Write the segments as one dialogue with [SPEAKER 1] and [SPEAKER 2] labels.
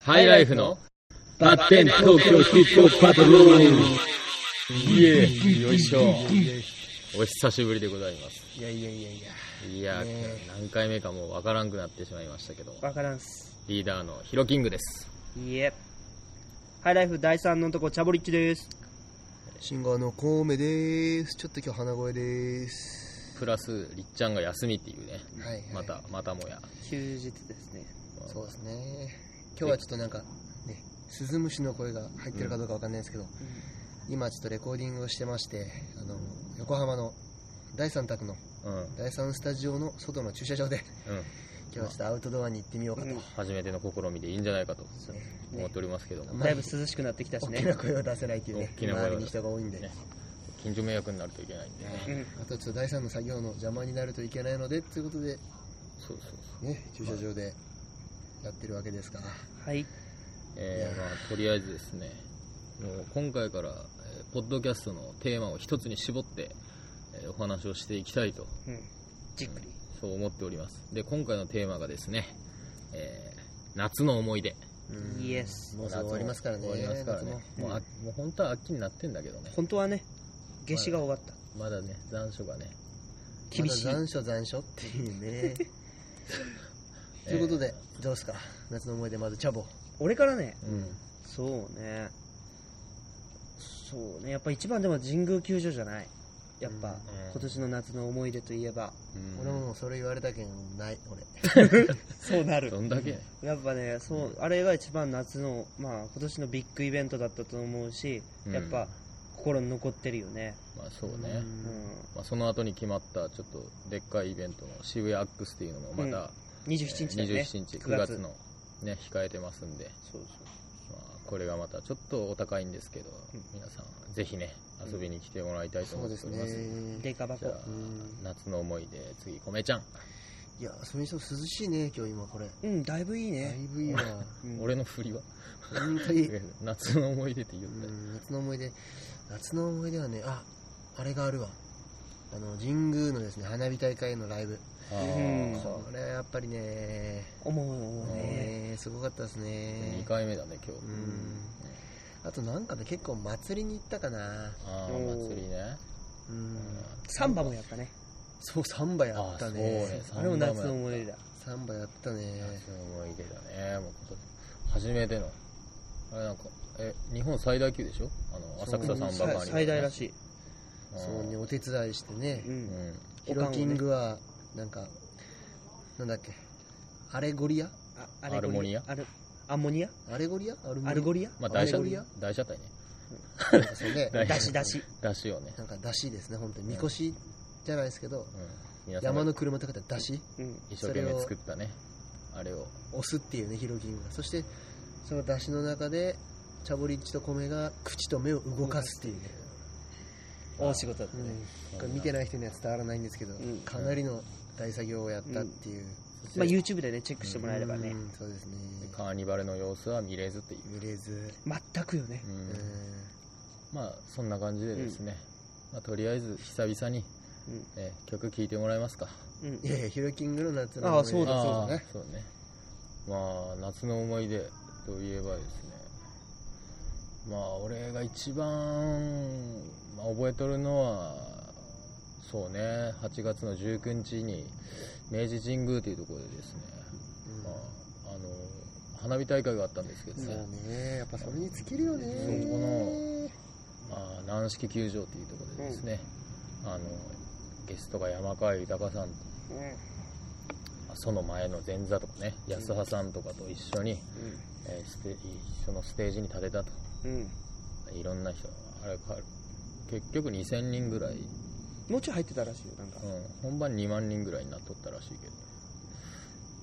[SPEAKER 1] ハイライフのバッテン東京ヒップホップバトルイエーイよいしょお久しぶりでございます
[SPEAKER 2] いやいやいやいや、
[SPEAKER 1] いやー、
[SPEAKER 2] ね
[SPEAKER 1] 何回目かもうわからんくなってしまいましたけど
[SPEAKER 2] わからんっす。
[SPEAKER 1] リーダーのヒロキングです
[SPEAKER 2] いえ。ハイライフ第3のとこ、チャボリッチです。
[SPEAKER 3] シンガーのコウメです。ちょっと今日鼻声です。
[SPEAKER 1] プラスりっちゃんが休みっていうね
[SPEAKER 3] はい、はい。
[SPEAKER 1] ま。たまたもや
[SPEAKER 2] 休日ですね。
[SPEAKER 3] そうですね。今日はちょっとなんか、ね、スズムシの声が入ってるかどうかわかんないんですけど、今ちょっとレコーディングをしてまして、あの、横浜の第3宅の
[SPEAKER 1] うんうん
[SPEAKER 3] 第3スタジオの外の駐車場で、 今日はちょっとアウトドアに行ってみようかと。
[SPEAKER 1] 初めての試みでいいんじゃないかと思っておりますけども
[SPEAKER 3] ね
[SPEAKER 2] だいぶ涼しくなってきたし
[SPEAKER 3] 大
[SPEAKER 2] ね
[SPEAKER 3] き。な声を出せないっていうね
[SPEAKER 1] 大、きな声を
[SPEAKER 3] 周りに人が多いんで。
[SPEAKER 1] ね近所迷惑になるといけないんでね
[SPEAKER 2] うん
[SPEAKER 3] あとちょっと第3の作業の邪魔になるといけないので、ということで、
[SPEAKER 1] そうそうそう
[SPEAKER 3] ね、駐車場でやってるわけですから。
[SPEAKER 2] はい。
[SPEAKER 1] えーまあ、とりあえずですねもう今回から、えーポッドキャストのテーマを一つに絞って、えーお話をしていきたいと
[SPEAKER 2] うん。じっくり。
[SPEAKER 1] そう思っておりますで今回のテーマがですね、えー夏の思い出
[SPEAKER 2] イエス。
[SPEAKER 3] もうすぐ終わりますからね。
[SPEAKER 1] 終わりますからね
[SPEAKER 3] 夏
[SPEAKER 1] もうあもう本当は秋になってんだけどね
[SPEAKER 2] 本当はね、夏至が終わった。
[SPEAKER 1] まだね残暑がね
[SPEAKER 2] 厳しい
[SPEAKER 3] まだ残暑残暑ってい うね。 ということで、どうですか夏の思い出、まずチャボ。
[SPEAKER 2] 俺からね、
[SPEAKER 1] うん
[SPEAKER 2] そうね。そうね。やっぱ一番でも神宮球場じゃない。やっぱ、今年の夏の思い出といえば。
[SPEAKER 3] 俺ももうそれ言われたけん、ない、俺。
[SPEAKER 2] そう なる
[SPEAKER 1] どんだけ
[SPEAKER 2] やっぱねそうあれが一番夏の、まあ、今年のビッグイベントだったと思うし、
[SPEAKER 1] うん
[SPEAKER 2] やっぱ心に残ってるよね、
[SPEAKER 1] まあそうね、
[SPEAKER 2] うん
[SPEAKER 1] まあ、その後に決まったちょっとでっかいイベントの渋谷アックスっていうのもまた、
[SPEAKER 2] 27日だよね、
[SPEAKER 1] 27日
[SPEAKER 2] 9
[SPEAKER 1] 9月のね控えてますんで
[SPEAKER 2] そうそう
[SPEAKER 1] まあ、これがまたちょっとお高いんですけど、
[SPEAKER 2] うん
[SPEAKER 1] 皆さんぜひね遊びに来てもらいたいと
[SPEAKER 3] そ
[SPEAKER 1] 思
[SPEAKER 3] う
[SPEAKER 1] っ
[SPEAKER 3] で
[SPEAKER 1] て
[SPEAKER 3] す
[SPEAKER 1] おります,、
[SPEAKER 3] ね。
[SPEAKER 2] デカバ
[SPEAKER 1] じゃ
[SPEAKER 2] コ
[SPEAKER 1] あ、
[SPEAKER 3] うん
[SPEAKER 1] 夏の思い出次米ちゃん、
[SPEAKER 3] いや、それにしても涼しいね、今日今これ。
[SPEAKER 2] うんだいぶいい
[SPEAKER 3] だ
[SPEAKER 2] ね
[SPEAKER 3] いぶいいわ。
[SPEAKER 2] うん
[SPEAKER 1] 俺の振りは
[SPEAKER 3] 本当に。
[SPEAKER 1] 夏の思い出って言っ
[SPEAKER 3] う
[SPEAKER 1] たよ、
[SPEAKER 3] ん夏の思い出、夏の思い出はね、あ、あれがあるわ。あの、神宮のですね、花火大会のライブ。
[SPEAKER 1] あ
[SPEAKER 2] うん
[SPEAKER 1] ー
[SPEAKER 3] これはやっぱりね、
[SPEAKER 2] 思う思うね
[SPEAKER 3] ねすごかったですね
[SPEAKER 1] 2。回目だね今日、
[SPEAKER 3] うんあとなんかね結構祭りに行ったかな
[SPEAKER 1] ああ
[SPEAKER 2] おー
[SPEAKER 1] 祭りね
[SPEAKER 3] うん
[SPEAKER 2] サンバもやったね
[SPEAKER 3] そうサンバや
[SPEAKER 1] あ
[SPEAKER 3] っ
[SPEAKER 1] あそ
[SPEAKER 3] た
[SPEAKER 1] う
[SPEAKER 3] ね
[SPEAKER 1] ね
[SPEAKER 2] あれも夏の思い出だ
[SPEAKER 3] サンバやったね
[SPEAKER 1] 夏の思い出だねもう今年初めてのあれなんかえ日本最大級でしょあの浅草サンバカーニバルね
[SPEAKER 2] さ最大らしい、
[SPEAKER 1] あー
[SPEAKER 3] そうねお手伝いしてね
[SPEAKER 2] うん
[SPEAKER 1] うん
[SPEAKER 3] ヒロキングはなんかなんだっけアレゴリア
[SPEAKER 2] あアレゴ
[SPEAKER 1] アルモニア
[SPEAKER 2] アルアンモニア
[SPEAKER 3] アレゴリアアル
[SPEAKER 2] アルゴ
[SPEAKER 3] リ
[SPEAKER 2] リア
[SPEAKER 1] まあ大車
[SPEAKER 3] アルゴリア
[SPEAKER 1] 大車体ね
[SPEAKER 3] アなんかそうね
[SPEAKER 1] 大
[SPEAKER 2] だしだし
[SPEAKER 1] 出汁をね、
[SPEAKER 3] なんか出汁ですね本当にみこしじゃないですけど
[SPEAKER 1] うん、皆さん
[SPEAKER 3] 山の車とかで出汁
[SPEAKER 2] うん
[SPEAKER 1] 一生懸命作ったねあれを
[SPEAKER 3] 押すっていうねヒロキングがそしてその出汁の中でチャボリッチと米が口と目を動かすっていうね
[SPEAKER 2] 大仕事だったね、
[SPEAKER 3] これ見てない人には伝わらないんですけど、
[SPEAKER 2] ん
[SPEAKER 3] かなりの大作業をやったっていう、
[SPEAKER 2] まあ、YouTube でねチェックしてもらえればね、
[SPEAKER 3] うんそうですね
[SPEAKER 1] カーニバルの様子は見れずっていう、
[SPEAKER 3] 見れず、
[SPEAKER 2] 全くよね、
[SPEAKER 1] うん
[SPEAKER 3] うん
[SPEAKER 1] まあそんな感じでですね、まあ、とりあえず久々に、
[SPEAKER 2] うん
[SPEAKER 1] えー曲聴いてもらえますか
[SPEAKER 2] うん
[SPEAKER 3] いやいやヒロキングの夏の
[SPEAKER 2] ああそうだ
[SPEAKER 1] あー
[SPEAKER 3] そうだね
[SPEAKER 1] そうねまあ夏の思い出といえばですねまあ俺が一番、まあ、覚えとるのはそうね8月の19日に明治神宮というところでですね、まあ、あの花火大会があったんですけど
[SPEAKER 3] そう
[SPEAKER 1] ね、
[SPEAKER 3] ねやっぱそれに尽きるよね
[SPEAKER 1] そうこのまあ、軟式球場というところでですね、あのゲストが山川豊さんと
[SPEAKER 2] うん
[SPEAKER 1] まあその前の前座とかね安羽さんとかと一緒に、えーステ一緒のステージに立てたと
[SPEAKER 2] うんうん
[SPEAKER 1] いろんな人あれか結局2000人ぐらい、うん、
[SPEAKER 2] もうちょい入ってたらしいよなんか、
[SPEAKER 1] 本番2万人ぐらいになっとったらしいけ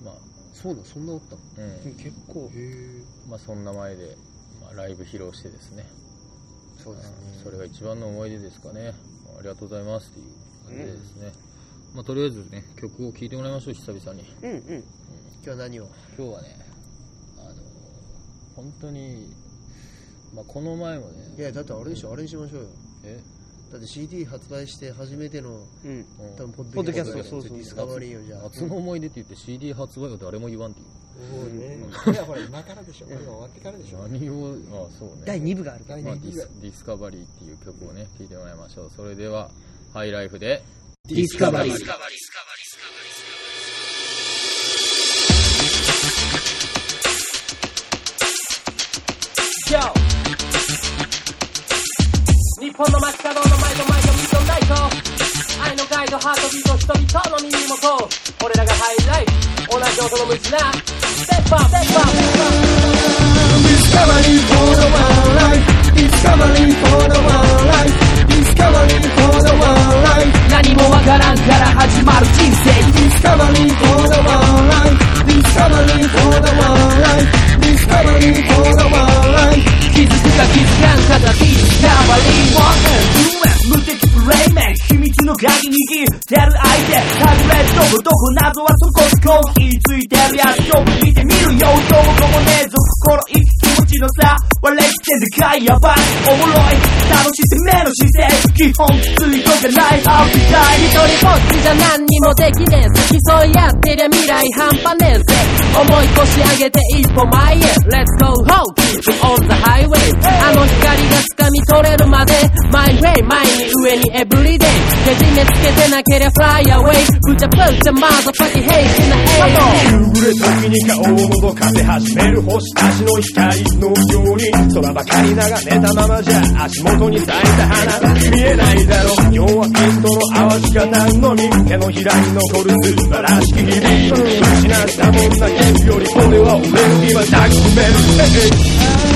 [SPEAKER 1] どまあ
[SPEAKER 3] そうだそんなおったの
[SPEAKER 1] うん、
[SPEAKER 2] うん結構
[SPEAKER 3] へえ
[SPEAKER 1] まあ、そんな前で、まあ、ライブ披露してですね
[SPEAKER 3] そうですね
[SPEAKER 1] それが一番の思い出ですかねありがとうございますっていう感じでですね、まあ、とりあえずね曲を聴いてもらいましょう久々に
[SPEAKER 2] うんうん
[SPEAKER 3] 今日は何を
[SPEAKER 1] 今日はねあの本当に、まあ、この前も
[SPEAKER 3] い
[SPEAKER 1] ね
[SPEAKER 3] やだってあれでしょあれにしましょうよ
[SPEAKER 1] え
[SPEAKER 3] だって CD 発売して初めての
[SPEAKER 2] うん
[SPEAKER 1] うん
[SPEAKER 3] 多分ポ
[SPEAKER 2] ポッドキャスト
[SPEAKER 3] だよね
[SPEAKER 2] そうそうそう
[SPEAKER 3] ディスカバリーよじゃあ
[SPEAKER 1] 夏の思い出って言って CD 発売は誰も言わんっていう
[SPEAKER 4] おーねいやほら今からでしょこれ終わってからでしょ
[SPEAKER 1] 何をあそうね
[SPEAKER 2] 第2部があるから
[SPEAKER 4] 第
[SPEAKER 1] まあ
[SPEAKER 4] 2
[SPEAKER 1] デ
[SPEAKER 4] 部
[SPEAKER 1] ィ
[SPEAKER 4] が
[SPEAKER 1] スディスカバリーっていう曲をね聴いてもらいましょうそれではハイライフで
[SPEAKER 2] ディスカバリー
[SPEAKER 5] 日本の街角の前と前とミッドナイト愛のガイドハートビート人々の耳元俺らがハイライフ同じ音の無知なステップアップステップアップ
[SPEAKER 6] Discovery for the one life. Discovery for the one life. Discovery for the one life.
[SPEAKER 5] 何もわからんから始まる人生
[SPEAKER 6] Discovery for the one life. Discovery for the one life. Discovery for the one life.
[SPEAKER 5] 気づくか気づかんかだ Discovery 無敵ブレイメン秘密の鍵握ってる相手隠れ飛ぶどこ謎はそこそこ気づいてるやつよ見てみるよどうこもねえぞ心意気持ちの差笑いってでかいやばいおもろい楽しい攻めの姿勢基本きついとかないハッピータイ
[SPEAKER 7] 一
[SPEAKER 5] ム
[SPEAKER 7] 人ぼっちじゃ何にもできねえぜ競い合ってりゃ未来半端ねえぜ思い越し上げて一歩前へ Let's go home keep it on the highway あの光が掴み取れるまで My way 前に上に everyday けじめつけてなけりゃ fly away ぶちゃぶちゃ motherfucking hate な hey
[SPEAKER 8] 夕暮れ時に顔を覗かせ始める星たちの光のように空ばかり眺めたままじゃ足元に咲いた花が見えないだろう弱き人の淡しか何の身手のひらに残る素晴らしき日々失ったもんな元気より俺は俺を今抱きしめる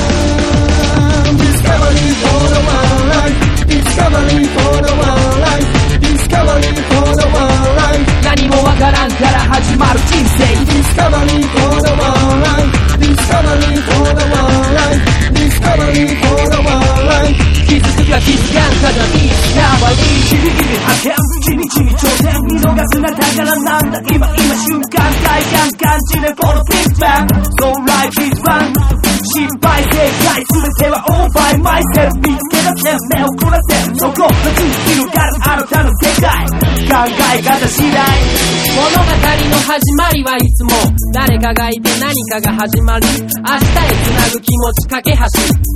[SPEAKER 6] Discovery for the one life. Discovery for the one life. Discovery for the one life.
[SPEAKER 5] 何もわからんから始まる人生
[SPEAKER 6] Discovery for the one life. Discovery for the one life. Discovery for the one life.
[SPEAKER 5] 気づくか気づかんかだいいナバリーギリギリ発見地道に挑戦見逃すなだからなんだ今今瞬間体感感じるこのピッチバン So life is fun 心配正解全ては all by myself 見つけ出せ目を凝らせそこ街に広がる新たな世界考え方次第
[SPEAKER 7] 物語の始まりはいつも誰かがいて何かが始まり明日へつなぐ気持ち架け橋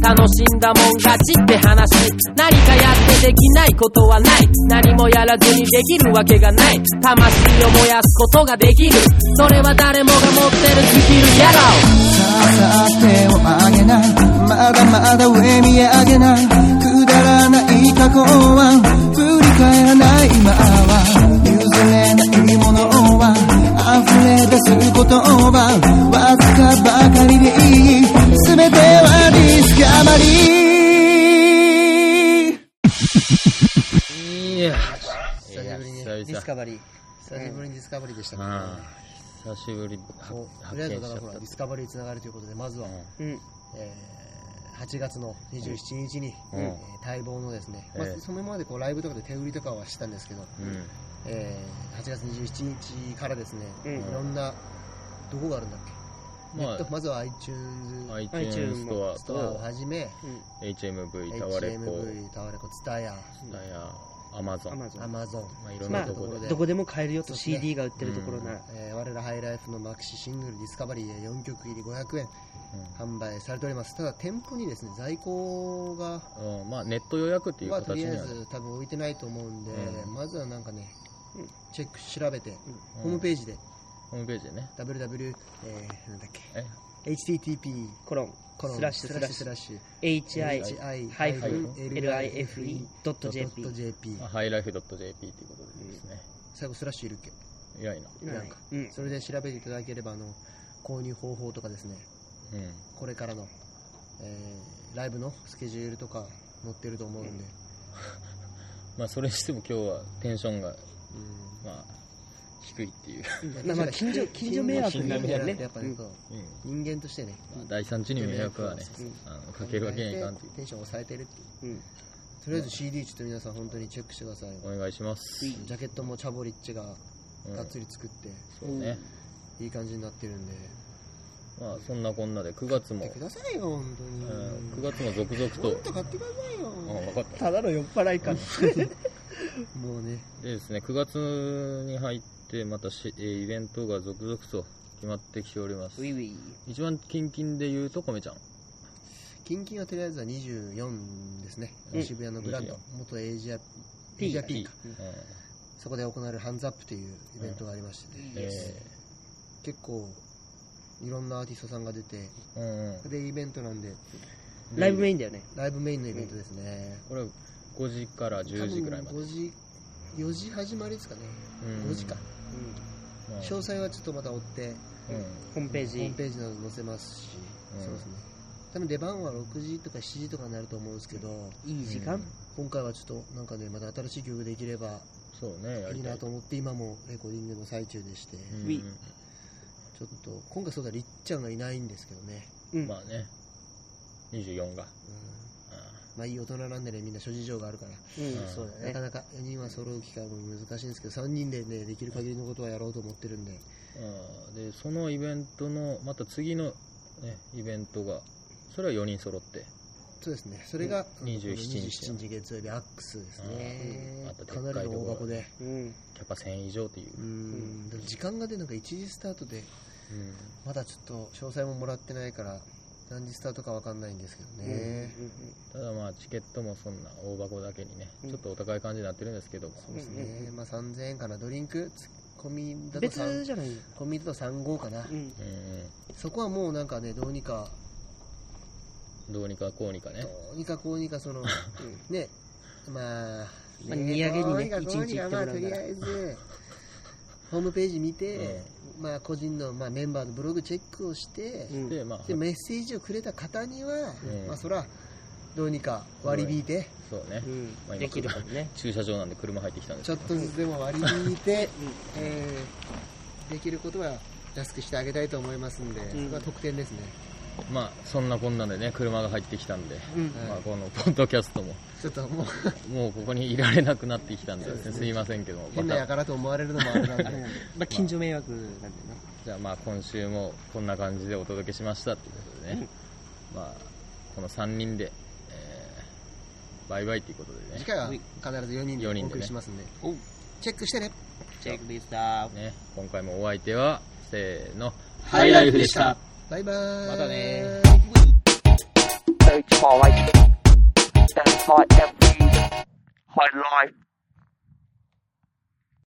[SPEAKER 7] 楽しんだもん勝ちって話何かやってできないことはない何もやらずにできるわけがない魂を燃やすことができるそれは誰もが持ってるスキルやろう
[SPEAKER 6] さあさあ手を上げないまだまだ上見上げないくだらない過去は振り返らない今は譲れないものは溢れ出す言葉わずかばかりでいい全てはディスカバ
[SPEAKER 1] いや久々
[SPEAKER 3] 久しぶりに
[SPEAKER 6] リー
[SPEAKER 3] ね
[SPEAKER 2] ディスカバリー
[SPEAKER 3] 久しぶりにディスカバリーでしたから
[SPEAKER 1] ああ久しぶり
[SPEAKER 3] そう
[SPEAKER 1] 発
[SPEAKER 3] とりあえ
[SPEAKER 1] 見
[SPEAKER 3] ず
[SPEAKER 1] し
[SPEAKER 3] だ
[SPEAKER 1] ちゃっ
[SPEAKER 3] からほらディ
[SPEAKER 1] た
[SPEAKER 3] スカバリーつながるということでまずは、
[SPEAKER 2] うん
[SPEAKER 3] えー8月の27日に、
[SPEAKER 1] うん
[SPEAKER 3] えー待望のですね、まあ
[SPEAKER 1] ええ
[SPEAKER 3] そのまでこうライブとかで手売りとかはしてたんですけど、
[SPEAKER 1] うん
[SPEAKER 3] えー8月27日からですね、
[SPEAKER 2] うん
[SPEAKER 3] いろんなどこがあるんだっけ、
[SPEAKER 1] ま
[SPEAKER 3] ネットまずは iTunes
[SPEAKER 1] iTunes ストア
[SPEAKER 3] ストアを
[SPEAKER 1] と
[SPEAKER 3] はじめ
[SPEAKER 1] HMV タワレコ
[SPEAKER 3] HMV タワレコツタヤ
[SPEAKER 1] だやアマゾ
[SPEAKER 2] ア
[SPEAKER 1] ン
[SPEAKER 2] マゾン
[SPEAKER 3] アマゾン、
[SPEAKER 1] まあいろん
[SPEAKER 2] ま
[SPEAKER 1] な
[SPEAKER 2] あ
[SPEAKER 1] ところで
[SPEAKER 2] どこでも買えるよと
[SPEAKER 3] そうですね
[SPEAKER 2] CD が売ってるところなら
[SPEAKER 3] えー我らハイライフのマキシシングルディスカバリーで4曲入り500円販売されておりますただ店舗にですね在庫が
[SPEAKER 1] うんまあネット予約っていう
[SPEAKER 3] まあと
[SPEAKER 1] 形
[SPEAKER 3] り
[SPEAKER 1] に
[SPEAKER 3] あえ
[SPEAKER 1] は
[SPEAKER 3] ず多分置いてないと思うんで、
[SPEAKER 1] う
[SPEAKER 3] まずはなんかね、チェック調べて、ホームページで、
[SPEAKER 1] ホームページでね
[SPEAKER 3] ww、えーなんだっ
[SPEAKER 1] え
[SPEAKER 3] け、http
[SPEAKER 2] コロン
[SPEAKER 3] コロン
[SPEAKER 2] スラッシュスラッシ
[SPEAKER 3] ス
[SPEAKER 2] ュ
[SPEAKER 3] ラッシュ
[SPEAKER 2] hi-life.jp
[SPEAKER 3] .jp
[SPEAKER 1] まあハイライフ .jp っていうことでですね
[SPEAKER 3] 最後スラッシュいるっけ
[SPEAKER 1] 偉いな
[SPEAKER 3] なんか、
[SPEAKER 2] うん
[SPEAKER 3] それで調べていただければあの購入方法とかですね
[SPEAKER 1] うん
[SPEAKER 3] これからの、えーライブのスケジュールとか載ってると思うんで、
[SPEAKER 1] まあそれにしても今日はテンションがまあ低いっていう
[SPEAKER 2] まあまあ近所近所迷惑になるからね
[SPEAKER 3] やっぱりこう、人間としてね、
[SPEAKER 1] まあ大惨事に迷惑はねあのかけるわけにはいかんっていう
[SPEAKER 3] テンションを抑えてるってい
[SPEAKER 2] う
[SPEAKER 3] う
[SPEAKER 2] ん
[SPEAKER 3] とりあえず CD ちょっと皆さん本当にチェックしてください、
[SPEAKER 1] お願いします
[SPEAKER 3] ジャケットもチャボリッチが
[SPEAKER 1] うん
[SPEAKER 3] がっつり作って、
[SPEAKER 1] そうね
[SPEAKER 3] いい感じになってるんで
[SPEAKER 1] まあそんなこんなで9月も
[SPEAKER 4] 買っ、てくださいよ本当
[SPEAKER 1] う
[SPEAKER 4] に
[SPEAKER 1] ん、9月も続々
[SPEAKER 4] もっ
[SPEAKER 1] と、
[SPEAKER 4] と買ってくださいよ
[SPEAKER 1] あ分かった
[SPEAKER 2] ただの酔っ払いか
[SPEAKER 3] もうね
[SPEAKER 1] でですね9月に入ってまたし、えーイベントが続々と決まってきております
[SPEAKER 2] ウィウィ
[SPEAKER 1] 一番近々で言うとコメちゃん
[SPEAKER 3] キンキンはとりあえずは24ですね、
[SPEAKER 2] うん
[SPEAKER 3] 渋谷のグランド元エイジア
[SPEAKER 2] ピー
[SPEAKER 3] エイジアピーか
[SPEAKER 1] うん
[SPEAKER 3] そこで行われるハンズアップというイベントがありまして、ね
[SPEAKER 1] え
[SPEAKER 3] 結構いろんなアーティストさんが出て
[SPEAKER 1] ーうん
[SPEAKER 3] でイベントなんで
[SPEAKER 2] ライブメインだよね
[SPEAKER 3] ライブメインのイベントですね、
[SPEAKER 1] これ5時から10時ぐらいまで
[SPEAKER 3] 多分5時4時始まりですかね、
[SPEAKER 1] うん
[SPEAKER 3] 5時か、
[SPEAKER 1] うん
[SPEAKER 3] 詳細はちょっとまた追って
[SPEAKER 1] う
[SPEAKER 2] ホームペー
[SPEAKER 3] ホー
[SPEAKER 2] ジ
[SPEAKER 3] ムページなど載せますし、
[SPEAKER 1] うん
[SPEAKER 3] そうですね多分出番は6時とか7時とかになると思うんですけど、
[SPEAKER 2] いい時間
[SPEAKER 3] 今回はちょっとなんかねまた新しい曲できれば
[SPEAKER 1] んそうねや
[SPEAKER 3] い
[SPEAKER 1] り
[SPEAKER 3] い
[SPEAKER 1] た
[SPEAKER 3] ないと思って今もレコーディングの最中でして、
[SPEAKER 1] うん
[SPEAKER 2] ウィ
[SPEAKER 3] ちょっと今回そうだりっちゃんがいないんですけどね、
[SPEAKER 2] うん
[SPEAKER 1] まあね24が
[SPEAKER 3] うん
[SPEAKER 1] あ
[SPEAKER 3] まあいい大人なんでねみんな諸事情があるから、
[SPEAKER 2] うん
[SPEAKER 1] そう
[SPEAKER 2] だ
[SPEAKER 3] なかなか4人は揃う機会も難しいんですけど3人でねできる限りのことはやろうと思ってるんで
[SPEAKER 1] あでそのイベントのまた次の、ね、イベントがそれは4人揃って
[SPEAKER 3] そうですねそれが、
[SPEAKER 1] うん27日
[SPEAKER 3] 27日月曜日アックスです
[SPEAKER 1] うん
[SPEAKER 3] ね
[SPEAKER 1] また、でっ
[SPEAKER 3] か
[SPEAKER 1] かい
[SPEAKER 3] なりの大箱で
[SPEAKER 2] うん
[SPEAKER 1] キャパ1000以上っていう
[SPEAKER 3] う、んでも時間がでなんか1時スタートで
[SPEAKER 1] うん
[SPEAKER 3] まだちょっと詳細ももらってないから何時スタートかわかんないんですけどね、
[SPEAKER 1] ただまあチケットもそんな大箱だけにね、ちょっとお高い感じになってるんですけども、
[SPEAKER 3] そうですね、まあ、3000円かなドリンクつ込みだと
[SPEAKER 2] 別
[SPEAKER 3] 3
[SPEAKER 2] じゃないよ
[SPEAKER 3] 込みだと35かな、
[SPEAKER 2] うん
[SPEAKER 1] うん
[SPEAKER 3] そこはもうなんかねどうにか
[SPEAKER 1] うんどうにかこうにかね
[SPEAKER 3] どうにかこうにかその、ねまあ、
[SPEAKER 2] まあ荷上げにね
[SPEAKER 3] どうか
[SPEAKER 2] 一日
[SPEAKER 3] どうにかまあ
[SPEAKER 2] 行
[SPEAKER 3] と
[SPEAKER 2] っても
[SPEAKER 3] り
[SPEAKER 2] ら
[SPEAKER 3] あ
[SPEAKER 2] う
[SPEAKER 3] えずホームページ見て、まあ個人の、まあ、メンバーのブログチェックをして、
[SPEAKER 2] うん
[SPEAKER 1] でまあ
[SPEAKER 3] でメッセージをくれた方には、
[SPEAKER 1] うん
[SPEAKER 3] まあそらどうにか割り引いて、
[SPEAKER 1] そうね、
[SPEAKER 2] うん
[SPEAKER 1] まあ、今
[SPEAKER 2] できるかもね
[SPEAKER 1] 駐車場なんで車入ってきたんです
[SPEAKER 3] ちょ
[SPEAKER 1] け
[SPEAKER 3] っ
[SPEAKER 1] ど
[SPEAKER 3] とずつでも割り引いて、えーできることは安くしてあげたいと思いますんで、
[SPEAKER 2] ん
[SPEAKER 3] そこは特典ですね
[SPEAKER 1] まあそんなこんなでね車が入ってきたんで、まあ、このポッドキャストも
[SPEAKER 3] ちょっともう
[SPEAKER 1] もうここにいられなくなってきたんでです,、いませんけども
[SPEAKER 3] 変なやからと思われるのもあれなんで
[SPEAKER 2] まあ近所迷惑なんだよね
[SPEAKER 1] じゃあまあ今週もこんな感じでお届けしましたということでね、まあこの3人で、えーバイバイということでね
[SPEAKER 3] 次回は必ず4人で
[SPEAKER 1] 四人でね
[SPEAKER 3] お送りしますんで
[SPEAKER 2] おう
[SPEAKER 3] チェックしてね
[SPEAKER 2] チェックでした
[SPEAKER 1] ね今回もお相手はせーの
[SPEAKER 2] ハイライフでした
[SPEAKER 3] バイバーイ
[SPEAKER 1] またね
[SPEAKER 5] That's my every high life.